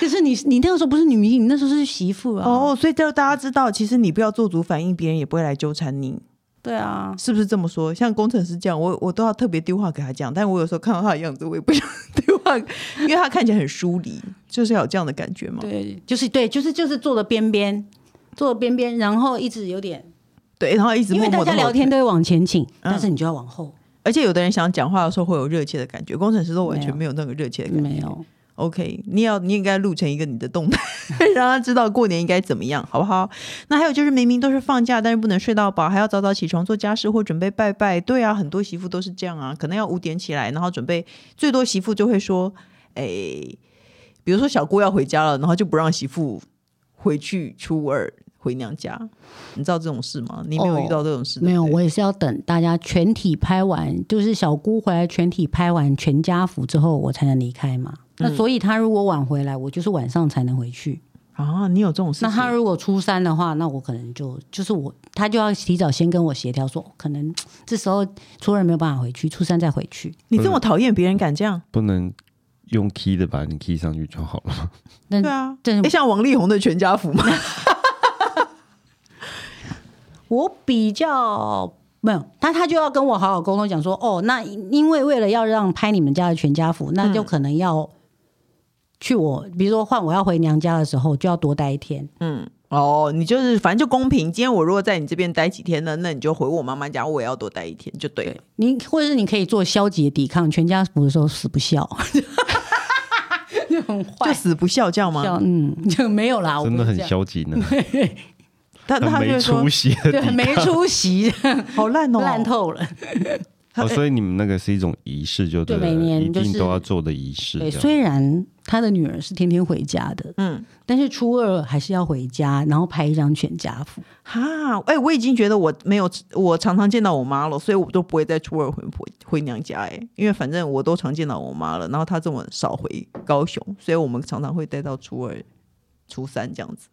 S2: 可是你你那个时候不是女明星，你那时候是媳妇 啊。
S1: 哦，所以就大家知道，其实你不要做足反应，别人也不会来纠缠你，
S2: 对啊，
S1: 是不是这么说？像工程师这样，我我都要特别丢话给他讲，但我有时候看到他的样子，我也不想丢话，因为他看起来很疏离，就是要有这样的感觉嘛。
S2: 对，就是对，就是就是坐的边边，坐的边边，然后一直有点，
S1: 对，然后一直
S2: 因
S1: 默
S2: 为大
S1: 默的
S2: 家聊天，都会往前倾，
S1: 嗯
S2: 但是你就要往后，
S1: 而且有的人想讲话的时候会有热切的感觉，工程师都完全没有那个热切的感觉。
S2: 没有
S1: OK，你要你应该录成一个你的动态， 让他知道过年应该怎么样，好不好？那还有就是，明明都是放假，但是不能睡到饱，还要早早起床做家事或准备拜拜。对啊，很多媳妇都是这样啊，可能要五点起来，然后准备。最多媳妇就会说，哎，比如说小姑要回家了，然后就不让媳妇回去初二回娘家。你知道这种事吗？你没有
S2: 哦
S1: 遇到这种事？
S2: 没有，
S1: 对不对
S2: 我也是要等大家全体拍完，就是小姑回来全体拍完全家福之后，我才能离开嘛。
S1: 嗯
S2: 那所以她如果晚回来，我就是晚上才能回去。
S1: 啊，你有这种事情？
S2: 那他如果初三的话，那我可能就就是我，他就要提早先跟我协调说，哦可能这时候初二没有办法回去，初三再回去。
S1: 你这么
S3: 嗯
S1: 讨厌别人敢这样？
S3: 不能用 key 的把你 key 上去就好了吗。
S2: 但
S1: 对啊，
S2: 但
S1: 哎，像王力宏的全家福 嘛。
S2: 我比较没有，他他就要跟我好好沟通，讲说哦，那因为为了要让拍你们家的全家福，那就可能要去我，比如说换我要回娘家的时候，就要多待一天。
S1: 哦，你就是反正就公平。今天我如果在你这边待几天呢，那你就回我妈妈家，我也要多待一天，就对了。
S2: 你或者是你可以做消极的抵抗，全家福的时候死不笑，就很
S1: 就
S2: 坏。
S1: 死不孝这样
S2: 笑
S1: 吗？
S2: 嗯，就没有啦，我
S3: 真的
S2: 不是
S3: 很
S2: 这样
S3: 消 极呢，
S1: 他
S3: 很
S1: 他就
S3: 没
S1: 会说
S3: 出息的
S2: 对，很
S3: 地。
S2: 没出息，
S1: 好烂哦，
S2: 烂透了。
S1: 他
S3: 哦，所以你们那个是一种仪式，就对了，
S2: 对每年
S3: 一
S2: 就
S3: 定
S2: 是
S3: 都要做的仪式。
S2: 对，
S3: 这样
S2: 虽然他的女儿是天天回家的，
S1: 嗯，
S2: 但是初二还是要回家，然后拍一张全家福。
S1: 哈，哎、我已经觉得我没有，我常常见到我妈了，所以我都不会再初二回婆回娘家哎、因为反正我都常见到我妈了，然后她这么少回高雄，所以我们常常会待到初二、初三这样子。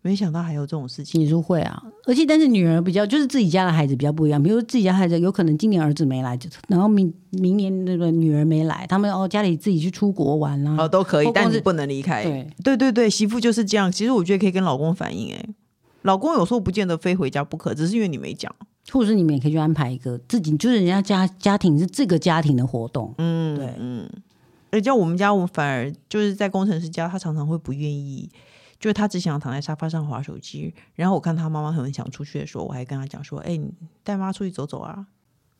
S1: 没想到还有这种事情，
S2: 你说会啊，而且但是女儿比较就是自己家的孩子比较不一样，比如说自己家孩子有可能今年儿子没来，就然后明明年那个女儿没来，他们哦家里自己去出国玩啦、
S1: 哦，都可以
S2: 嗯或，
S1: 但
S2: 光
S1: 你
S2: 是
S1: 不能离开。
S2: 对，
S1: 对对对，媳妇就是这样。其实我觉得可以跟老公反映、哎，老公有时候不见得非回家不可，只是因为你没讲。
S2: 或者是你们也可以去安排一个自己，就是人家家家庭是这个家庭的活动，
S1: 嗯，
S2: 对
S1: 嗯。而且我们家，我反而就是在工程师家，他常常会不愿意，就是他只想躺在沙发上划手机。然后我看他妈妈很想出去的时候，我还跟他讲说：“哎、你带妈出去走走啊。”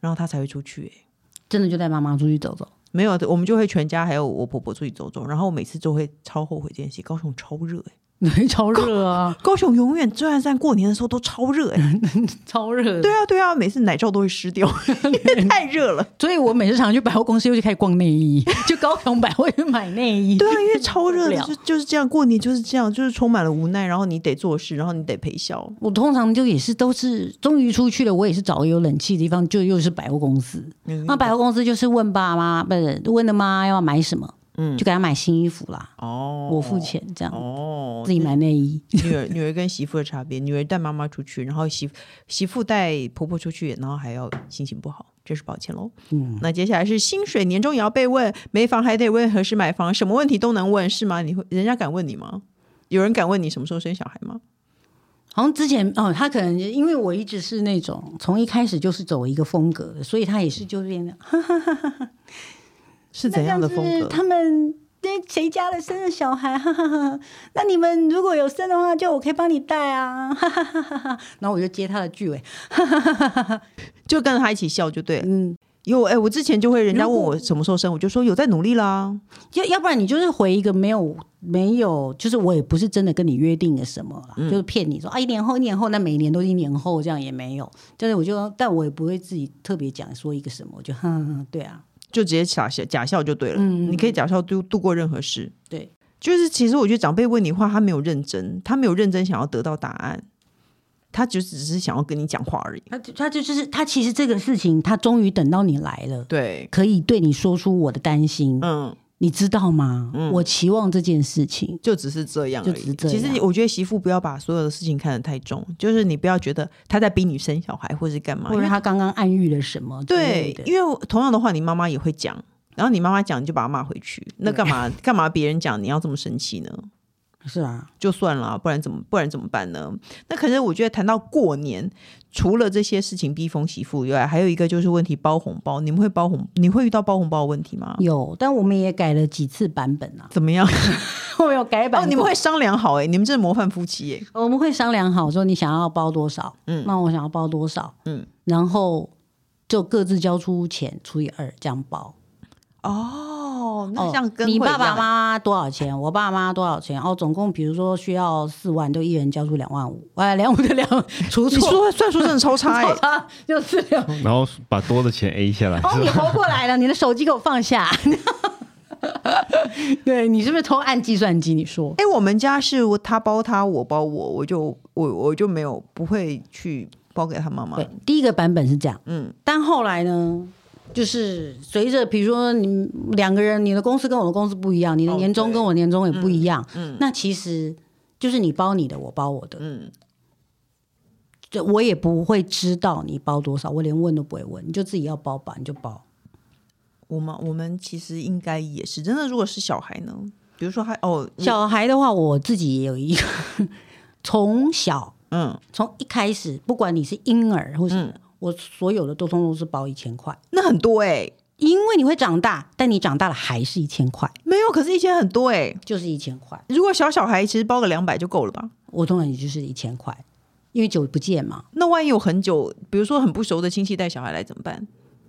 S1: 然后他才会出去、哎，
S2: 真的就带妈妈出去走 走。
S1: 没有，我们就会全家还有我婆婆出去走走。然后我每次都会超后悔这件事。高雄超热、哎，
S2: 超热啊，
S1: 高雄永远虽然在过年的时候都超热、哎，
S2: 超热。
S1: 对啊，对啊，每次奶罩都会湿 掉，因为太热 了。
S2: 所以我每次常常去百货公司，又去开始逛内衣， 就高雄百货去买内衣。
S1: 对啊，因为超热的，
S2: 受不
S1: 就就是这样，过年就是这样，就是充满了无奈，然后你得做事，然后你得陪笑。
S2: 我通常就也是都是终于出去了，我也是找个有冷气的地方，就又是百货公司。
S1: 嗯
S2: 那百货公司就是问爸妈，不是问了妈要买什么，
S1: 嗯
S2: 就给他买新衣服啦，
S1: 哦
S2: 我付钱这样，
S1: 哦，
S2: 自己买内衣。
S1: 女儿女儿跟媳妇的差别，女儿带妈妈出去，然后媳媳妇带婆婆出去，然后还要心情不好，真是抱歉喽。
S2: 嗯，
S1: 那接下来是薪水，年终也要被问，没房还得问何时买房，什么问题都能问，是吗？你会人家敢问你吗？有人敢问你什么时候生小孩吗？
S2: 好像之前哦，他可能就因为我一直是那种从一开始就是走一个风格的，所以他也是就变得
S1: 是怎样的风
S2: 啊那这
S1: 格？
S2: 子他们这谁家的生了小孩，哈哈哈哈。那你们如果有生的话，就我可以帮你带啊，哈哈哈哈。哈。然后我就接他的句尾，
S1: 就跟着他一起笑就对了。
S2: 嗯，
S1: 有哎、我之前就会人家问
S2: 如果
S1: 我什么时候生，我就说有在努力啦。
S2: 就要不然你就是回一个没有没有，就是我也不是真的跟你约定了什么啦，
S1: 嗯
S2: 就是骗你说啊一年后一年后，那每年都是一年后，这样也没有。就是我就但我也不会自己特别讲说一个什么，我就 哈哈哈，对啊，
S1: 就直接假笑假笑就对了。
S2: 嗯
S1: 你可以假笑度度过任何事。
S2: 对，
S1: 就是其实我觉得长辈问你话，他没有认真，他没有认真想要得到答案，他就只是想要跟你讲话而已。
S2: 他就他就就是他其实这个事情，他终于等到你来了。
S1: 对，
S2: 可以对你说出我的担心，
S1: 嗯，
S2: 你知道吗？我期望这件事情，
S1: 就只是这样而已。
S2: 就只是这
S1: 其
S2: 样
S1: 实我觉得媳妇不要把所有的事情看得太重，就是你不要觉得她在逼你生小孩或是干嘛，
S2: 或
S1: 啊因
S2: 者
S1: 为
S2: 他刚刚暗喻了什么之类
S1: 对
S2: 的，，
S1: 因为同样的话，你妈妈也会讲。然后你妈妈讲，你就把她骂回去，那干 嘛干嘛？别人讲你要这么生气呢？
S2: 是啊，
S1: 就算了啊，不然怎么不然怎么办呢？那可是我觉得谈到过年，除了这些事情逼疯媳妇以外，还有一个就是问题包红包。你们会包红，你会遇到包红包的问题吗？
S2: 有，但我们也改了几次版本啊，
S1: 怎么样？
S2: 我们有改
S1: 哦，
S2: 版过
S1: 你们会商量好哎、你们这是模范夫妻哎、
S2: 我们会商量好说你想要包多少，
S1: 嗯
S2: 那我想要包多少，
S1: 嗯，
S2: 然后就各自交出钱除以二这样包。
S1: 哦，那
S2: 哦
S1: 像跟、
S2: 你爸爸妈？妈多少钱，我爸妈多少钱，哦，总共比如说需要四万，都一人交出两万五，哎，两五的 两，除
S1: 你
S2: 错。
S1: 说算术真的超 差哎、
S2: 超差就是两
S3: 然后把多的钱 A 下来，
S2: 哦，你活过来了，你的手机给我放下。 对你是不是偷按计算机？你说
S1: 哎、我们家是我他包他，我包我，我就我我就没有不会去包给他妈妈
S2: 对，第一个版本是这样，
S1: 嗯
S2: 嗯，但后来呢，就是随着比如说你们两个人，你的公司跟我的公司不一样，你的
S1: 哦
S2: 年终
S1: 对
S2: 跟我年终也不一样，嗯，那其实就是你包你的，我包我的，
S1: 嗯
S2: 嗯。这我也不会知道你包多少，我连问都不会问，你就自己要包吧，你就包。
S1: 我们我们其实应该也是真的，如果是小孩呢，比如说他哦，你
S2: 小孩的话，我自己也有一个， 从小
S1: 嗯。
S2: 从一开始，不管你是婴儿或什么，我所有的都通通是包一千块，
S1: 那很多哎、
S2: 因为你会长大，但你长大了还是一千块，
S1: 没有，可是一千很多哎、
S2: 就是一千块。
S1: 如果小小孩其实包个两百就够了吧？
S2: 我通常也就是一千块，因为久不见嘛，
S1: 那万一有很久，比如说很不熟的亲戚带小孩来怎么办？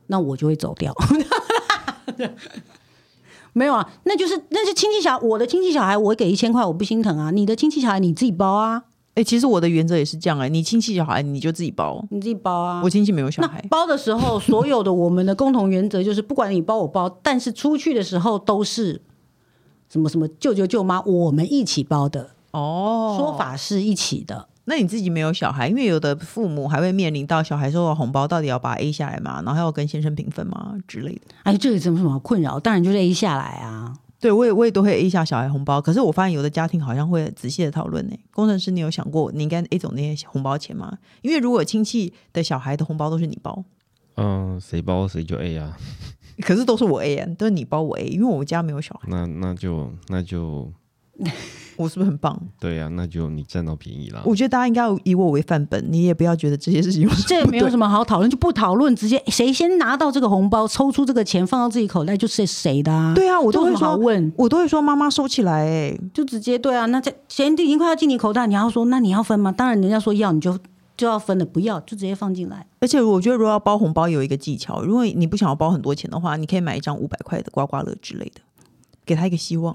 S2: 那我就会走掉。 没有啊，那就是那是亲戚小我的亲戚小孩，我给一千块，我不心疼啊。你的亲戚小孩你自己包啊，
S1: 哎、其实我的原则也是这样哎、你亲戚小孩你就自己包，
S2: 你自己包啊。
S1: 我亲戚没有小
S2: 那
S1: 孩。
S2: 包的时候，所有的我们的共同原则就是，不管你包我包，但是出去的时候都是什么什么舅舅舅妈，我们一起包的、
S1: 哦，
S2: 说，法是一起的。
S1: 那你自己没有小孩，因为有的父母还会面临到小孩收到红包到底要把它 A 下来嘛，然后还要跟先生平分嘛之类的。
S2: 哎，这个怎么什么困扰？当然就是 A 下来啊。
S1: 对，我也我也都会 A 一下小孩红包，可是我发现有的家庭好像会仔细的讨论呢。欸工程师，你有想过你应该 A 走那些红包钱吗？因为如果亲戚的小孩的红包都是你包，
S3: 嗯，谁包谁就 A 啊，
S1: 可是都是我 A，耶都是你包我 A，因为我家没有小孩，
S3: 那那就那就
S1: 我是不是很棒？
S3: 对呀、啊，那就你占到便宜啦。
S1: 我觉得大家应该要以我为范本，你也不要觉得这些事情有什么
S2: 这也没有
S1: 不对
S2: 什么好讨论，就不讨论，直接谁先拿到这个红包，抽出这个钱放到自己口袋，就是谁的啊。
S1: 对啊，我
S2: 这
S1: 都
S2: 有什
S1: 会
S2: 么好
S1: 说，
S2: 问，
S1: 我都会说妈妈收起来哎，
S2: 就直接对啊。那这钱已经快要进你口袋，你要说那你要分吗？当然人家说要，你就就要分了；不要就直接放进来。
S1: 而且我觉得如果要包红包有一个技巧，如果你不想要包很多钱的话，你可以买一张五百块的刮刮乐之类的，给他一个希望。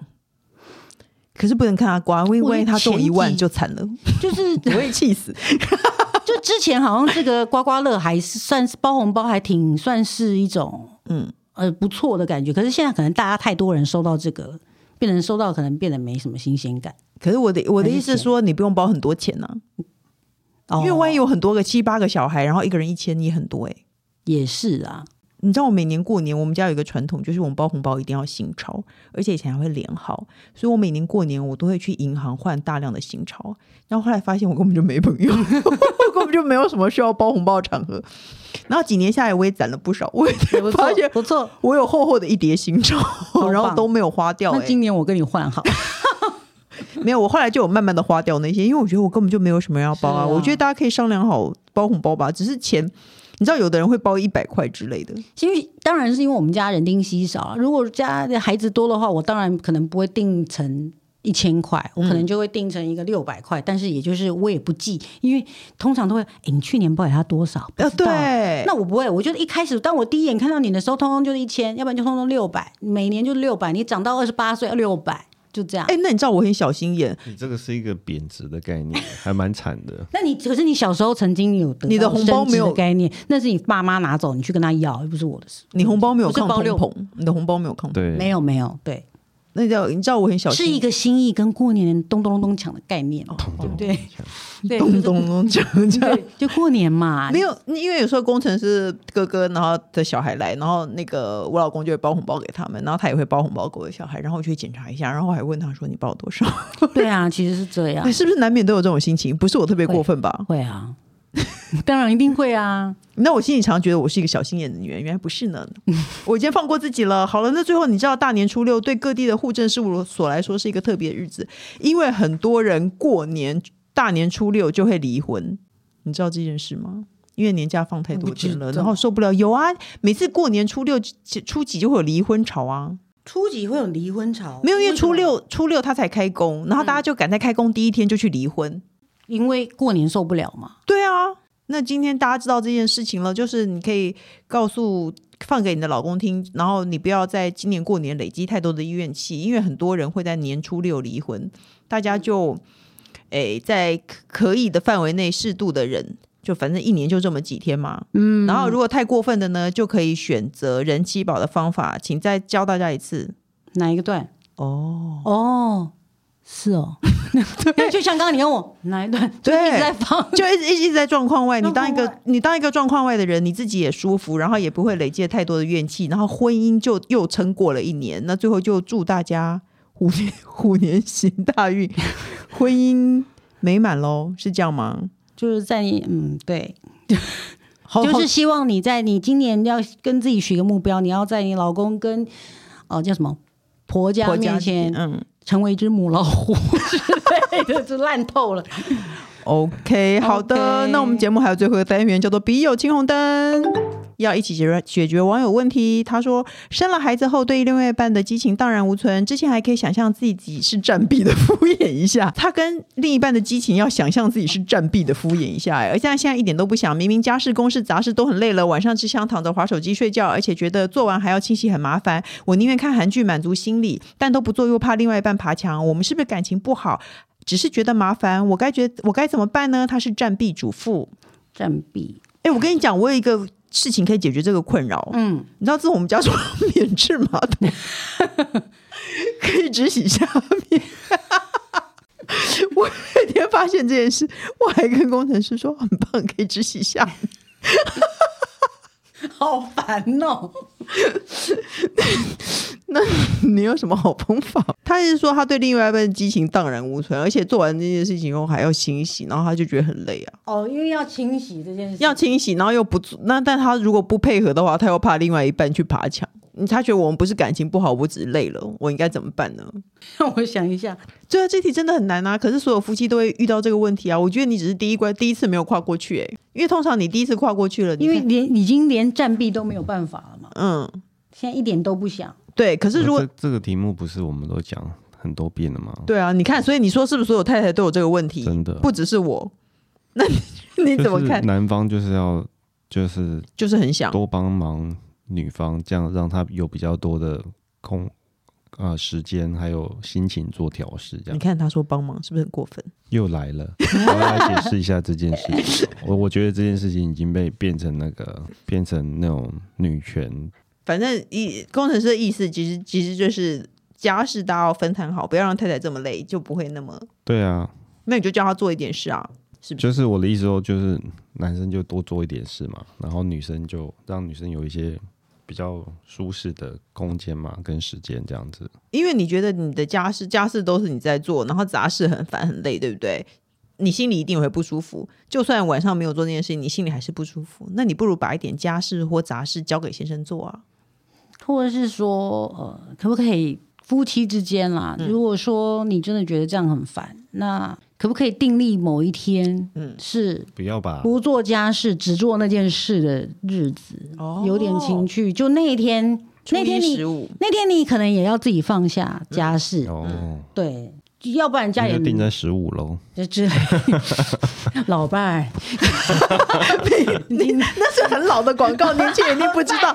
S1: 可是不能看他刮，因为
S2: 我觉
S1: 万
S2: 得
S1: 一他中
S2: 前
S1: 一万
S2: 几
S1: 就惨了，
S2: 就是
S1: 我 会气死。
S2: 就之前好像这个刮刮乐还是算是包红包，还挺算是一种
S1: 嗯
S2: 嗯呃不错的感觉。可是现在可能大家太多人收到这个了，变成收到可能变得没什么新鲜感。
S1: 可是我的我的
S2: 还
S1: 意
S2: 是
S1: 思是
S2: 钱
S1: 说，你不用包很多钱呐、
S2: 哦
S1: 因为万一有很多个七八个小孩，然后一个人一千也很多哎、
S2: 也是啊，
S1: 你知道我每年过年，我们家有一个传统，就是我们包红包一定要新钞，而且以前还会连号，所以我每年过年我都会去银行换大量的新钞。然后后来发现我根本就没朋友， 我根本就没有什么需要包红包的场合。然后几年下来，我也攒了不少，我也
S2: 也不错
S1: 发现
S2: 不错。
S1: 我有厚厚的一叠新钞，
S2: 棒
S1: 然后都没有花掉、
S2: 那
S1: 欸
S2: 今。年我跟你换好，
S1: 没有，我后来就有慢慢的花掉那些，因为我觉得我根本就没有什么人要包啊。
S2: 是啊
S1: 我觉得大家可以商量好包红包吧，只是钱你知道有的人会包一百块之类的，
S2: 因为当然是因为我们家人丁稀少啊，如果家的孩子多的话，我当然可能不会定成一千块，
S1: 嗯
S2: 我可能就会定成一个六百块，但是也就是我也不记，因为通常都会，哎、你去年包给他多少？不
S1: 呃，
S2: 知道
S1: 对，
S2: 那我不会，我觉得一开始当我第一眼看到你的时候，通通就是一千，要不然就通通六百，每年就六百，你长到二十八岁六百，就这样。
S1: 哎、那你知道我很小心眼，
S3: 你这个是一个贬值的概念，还蛮惨的。
S2: 那你可是你小时候曾经有得到
S1: 你的红包
S2: 升值
S1: 没有
S2: 的概念，那是你爸妈拿走，你去跟他要，又不是我的事。
S1: 你红包没有
S2: 不是
S1: 抗
S2: 包
S1: 通
S2: 六
S1: 膨，你的红包没有抗通膨，
S3: 对，
S2: 没有没有，对，
S1: 那你知道你知道我很小
S2: 是
S1: 心
S2: 一个心意跟过年咚咚咚咚抢的概念。哦
S3: 哦
S2: 对对，
S1: 哦咚咚咚讲讲。
S2: 对，就过年 嘛，
S1: 没有，因为有时候工程师哥哥，然后的小孩来，然后那个我老公就会包红包给他们，然后他也会包红包给我的小孩，然后我就会检查一下，然后我还问他说你包了多 少、
S2: 对啊，其实是这样
S1: 哎，，是不是难免都有这种心情？不是我特别过分吧？
S2: 会啊，当然一定会啊。
S1: 那我心里常觉得我是一个小心眼的女人，原来不是 呢。我已经放过自己了。好了，那最后你知道，大年初六对各地的户政事务所来说是一个特别的日子，因为很多人过年大年初六就会离婚，你知道这件事吗？因为年假放太多天
S2: 我
S1: 了，
S2: 不知道
S1: 然后受不了。有啊，每次过年初六初几就会有离婚潮啊。
S2: 初几会有离婚潮？
S1: 没有，因为初，六初六他才开工，然后大
S2: 嗯
S1: 家就赶在开工第一天就去离婚。
S2: 因为过年受不了嘛。
S1: 对啊，那今天大家知道这件事情了，就是你可以告诉放给你的老公听，然后你不要在今年过年累积太多的怨气，因为很多人会在年初六离婚，大家就诶在可可以的范围内适度的忍。就反正一年就这么几天嘛，嗯，然后如果太过分的呢，就可以选择人妻保的方法，请再教大家一次
S2: 哪一个段？
S1: 哦。
S2: 哦，是 哦，对，就像刚刚你跟我哪一段，就是
S1: 对
S2: 一直在 放，
S1: 就一直一直在状况外，你当一
S2: 状
S1: 个
S2: 况外
S1: 你当一个状况外的人，你自己也舒服，然后也不会累积太多的怨气，然后婚姻就又撑过了一年。那最后就祝大家虎年 虎年行大 运，婚姻美满喽，是这样吗？
S2: 就是在你嗯，对，
S1: 好
S2: 就是
S1: 好
S2: 希望你在你今年要跟自己许个目标，你要在你老公跟哦、叫什么婆家
S1: 婆家
S2: 面前
S1: 嗯
S2: 成为一只母老虎 之类的，就烂透了。
S1: ，OK，好的。
S2: OK
S1: 那我们节目还有最后一个单元叫做“笔友青红灯”。要一起解决解决网友问题。他说，生了孩子后对另外一半的激情荡然无存，之前还可以想象自己是占臂的敷衍一下，他跟另一半的激情要想象自己是占臂的敷衍一下、哎，而现现在一点都不想。明明家事、公事、杂事都很累了，晚上只想躺着划手机睡觉，而且觉得做完还要清洗很麻烦。我宁愿看韩剧满足心理，但都不做又怕另外一半爬墙。我们是不是感情不好？只是觉得麻烦，我该觉我该怎么办呢？他是占臂主妇。
S2: 占比，
S1: 哎、我跟你讲，我有一个事情可以解决这个困扰。
S2: 嗯，
S1: 你知道，自从我们家装 免治马桶，可以只洗下面。 我那天发现这件事，我还跟工程师说很棒，可以只洗下面。
S2: 好烦哦。
S1: 你有什么好方法？ 他是说他对另外一半的激情荡然无存，而且做完这件事情后还要清洗，然后他就觉得很累啊。
S2: 哦，因为要清洗这件事，
S1: 要清洗，然后又不做，那但他如果不配合的话，他又怕另外一半去爬墙。他觉得我们不是感情不好，我只是累了，我应该怎么办呢？
S2: 让我想一下，
S1: 对啊，这题真的很难啊！可是所有夫妻都会遇到这个问题啊。我觉得你只是第一关，第一次没有跨过去、欸，因为通常你第一次跨过去了，你
S2: 因为
S1: 看
S2: 连已经连占比都没有办法了嘛，
S1: 嗯，
S2: 现在一点都不想。
S1: 对。可是如果
S3: 呃这这个题目不是我们都讲很多遍了吗？
S1: 对啊，你看，所以你说是不是所有太太都有这个问题？
S3: 真的
S1: 不只是我。 那你你怎么看啊
S3: 就是？男方就是要就是
S1: 就是很想，
S3: 多帮忙女方，这样让她有比较多的空啊、呃时间，还有心情做调试。这
S1: 你
S3: 样
S1: 看他说帮忙是不是很过分？
S3: 又来 了，我要来解释一下这件事情。我我觉得这件事情已经被变成那个变成那种女权，
S1: 反正意工程师的意思其实其实就是家事大家要分摊好，不要让太太这么累，就不会那么。
S3: 对啊，
S1: 那你就叫他做一点事啊，
S3: 就是我的意思说，就是男生就多做一点事嘛，然后女生就让女生有一些比较舒适的空间嘛，跟时间这样子。
S1: 因为你觉得你的家事家事都是你在做，然后杂事很烦很累，对不对？你心里一定会不舒服。就算晚上没有做这件事情，你心里还是不舒服。那你不如把一点家事或杂事交给先生做啊。
S2: 或者是说，嗯呃，可不可以夫妻之间啦？如果说你真的觉得这样很烦，那可不可以订立某一天，嗯，是
S3: 不要
S1: 嗯
S3: 吧，
S2: 不做家事，只做那件事的日子，
S1: 哦
S2: 有点情趣。就那一天，
S1: 初
S2: 那
S1: 一
S2: 天
S1: 十
S2: 你
S1: 五，
S2: 那天你可能也要自己放下家事，
S3: 哦，
S2: 对，要不然家
S3: 那
S2: 里
S3: 就定在十五喽。
S2: 就之类。老伴
S1: 你那是很老的广告，年轻人一定不知 道。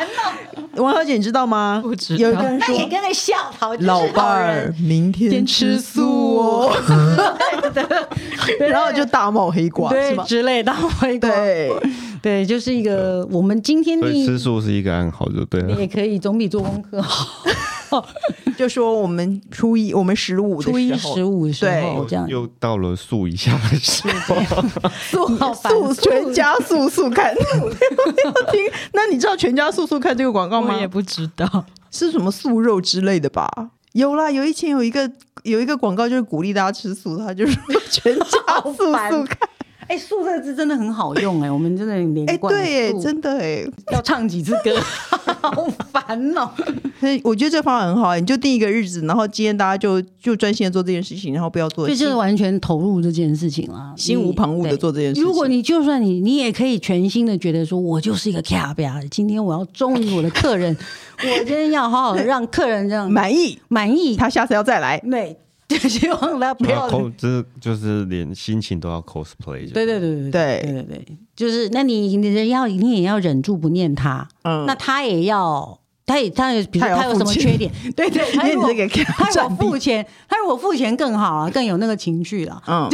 S1: 王小姐，你知道吗？
S4: 不知道
S1: 有一个人
S2: 那也
S1: 说，
S2: 跟着笑，好，就是
S1: 老伴
S2: 好人
S1: 儿明天吃素哦，然后就大冒黑瓜，是
S2: 对
S1: 吗？
S2: 之类的，回国
S1: 对，
S2: 对，就是一个我们今
S1: 嗯
S2: 天
S3: 嗯所以吃
S2: 你
S3: 素是一个暗号，就对
S2: 你
S3: 了。
S2: 也可以总比做功课好。
S1: 就说我们初一，我们十五的时候，
S2: 初一十五时候这样，
S3: 哦又到了素以下的时 候，
S2: 素好烦
S1: 素 全家素素 看，你有没有听？那你知道全家素素看这个广告
S4: 我
S1: 吗？
S4: 也不知道。
S1: 是什么素肉之类的吧？有啦，有以前有一个有一个广告就是鼓励大家吃素，他就是说全家素素
S2: 烦
S1: 看，
S2: 哎，素这个字真的很好用哎，我们真的
S1: 哎、
S2: 连贯
S1: 对耶，
S2: 素
S1: 真的哎，
S2: 要唱几次歌，好烦哦。
S1: 所以我觉得这方法很好，你就定一个日子，然后今天大家就就专心的做这件事情，然后不要做
S2: 所以就是
S1: 心
S2: 完全投入这件事情啦，
S1: 心无旁骛的
S2: 你
S1: 做这件事情。
S2: 如果你就算你，你也可以全心的觉得说，我就是一个卡比亚，今天我要忠于我的客人， 我今天要好好地让客人这样
S1: 满意，
S2: 满意，
S1: 他下次要再来。
S2: 对， 就希望他不
S3: 然后
S2: 要。
S3: cos 哦这就是连心情都要 cosplay。
S2: 对对对对
S1: 对
S2: 对对对，就是那你你要你也要忍住不念他，
S1: 嗯，
S2: 那他也要，他也他也，比如
S1: 他也
S2: 说
S1: 要
S2: 他有什么
S1: 付钱
S2: 缺点，对对，
S1: 因
S2: 他
S1: 为
S2: 如
S1: 你
S2: 果
S1: 这个给他
S2: 他如
S1: 占
S2: 果
S1: 比
S2: 付，钱，他如果付钱更好啊，更有那个情绪了。
S1: 嗯，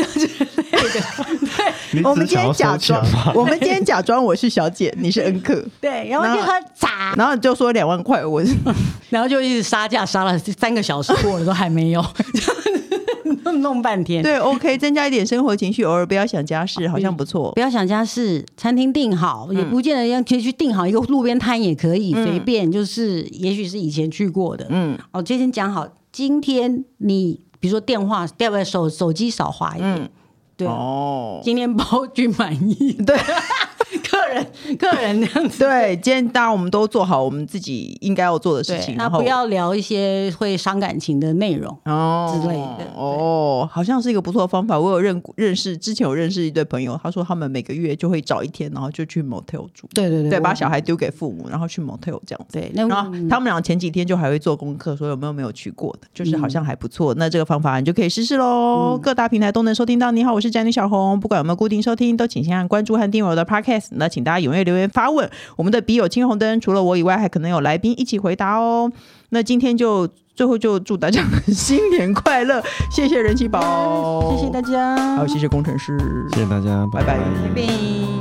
S3: 你
S1: 我
S3: 只
S1: 们
S3: 是
S1: 今
S3: 想
S1: 天
S3: 要
S1: 假
S3: 收钱
S1: 装
S3: 吧？，
S1: 我们今天假装我是小姐，你是恩 客，
S2: 对，然后就
S1: 那
S2: 喝茶，
S1: 然后你就说两万块，我是
S2: 然后就一直杀价，杀了三个小时过了都还没有， 弄弄半天。
S1: 对 OK，增加一点生活情绪，偶尔不要想家
S2: 嗯
S1: 事，好像不错。
S2: 不要想家事，餐厅订好也不见得要，可以去订好一个路边摊也可以，随便就是，也许是以前去过的。
S1: 嗯，
S2: 哦，今天讲好，今天你比如说电话，要不要手手机少划一点？
S1: 嗯
S2: 对，
S1: 哦，
S2: 今天包君满意，
S1: 对
S2: 客人客人这样子。
S1: 对，今天大家我们都做好我们自己应该要做的事
S2: 对，
S1: 情，
S2: 那
S1: 然后
S2: 不要聊一些会伤感情的内容。
S1: 哦
S2: 之类的对
S1: 哦，好像是一个不错的方法。我有认认识之前有认识一对朋友，他说他们每个月就会找一天，然后就去 motel 住，
S2: 对对对
S1: 对，
S2: 我
S1: 把小孩丢给父母，然后去 motel 这样子。
S2: 对，那
S1: 然后他们俩前几天就还会做功课，说有没有没有去过的，就是好像还不
S2: 嗯
S1: 错。那这个方法你就可以试试喽，各大平台都能收听到。你好，我是宅女小红，不管有没有固定收听，都请先按关注和订阅我的 podcast。那请大家踊跃留言发问，我们的笔友青红灯除了我以外，还可能有来宾一起回答哦。那今天就最后就祝大家新年快乐，谢谢人气宝，
S2: 谢谢大家，
S1: 还有谢谢工程师，
S3: 谢谢大家，
S1: 拜拜
S2: 拜拜。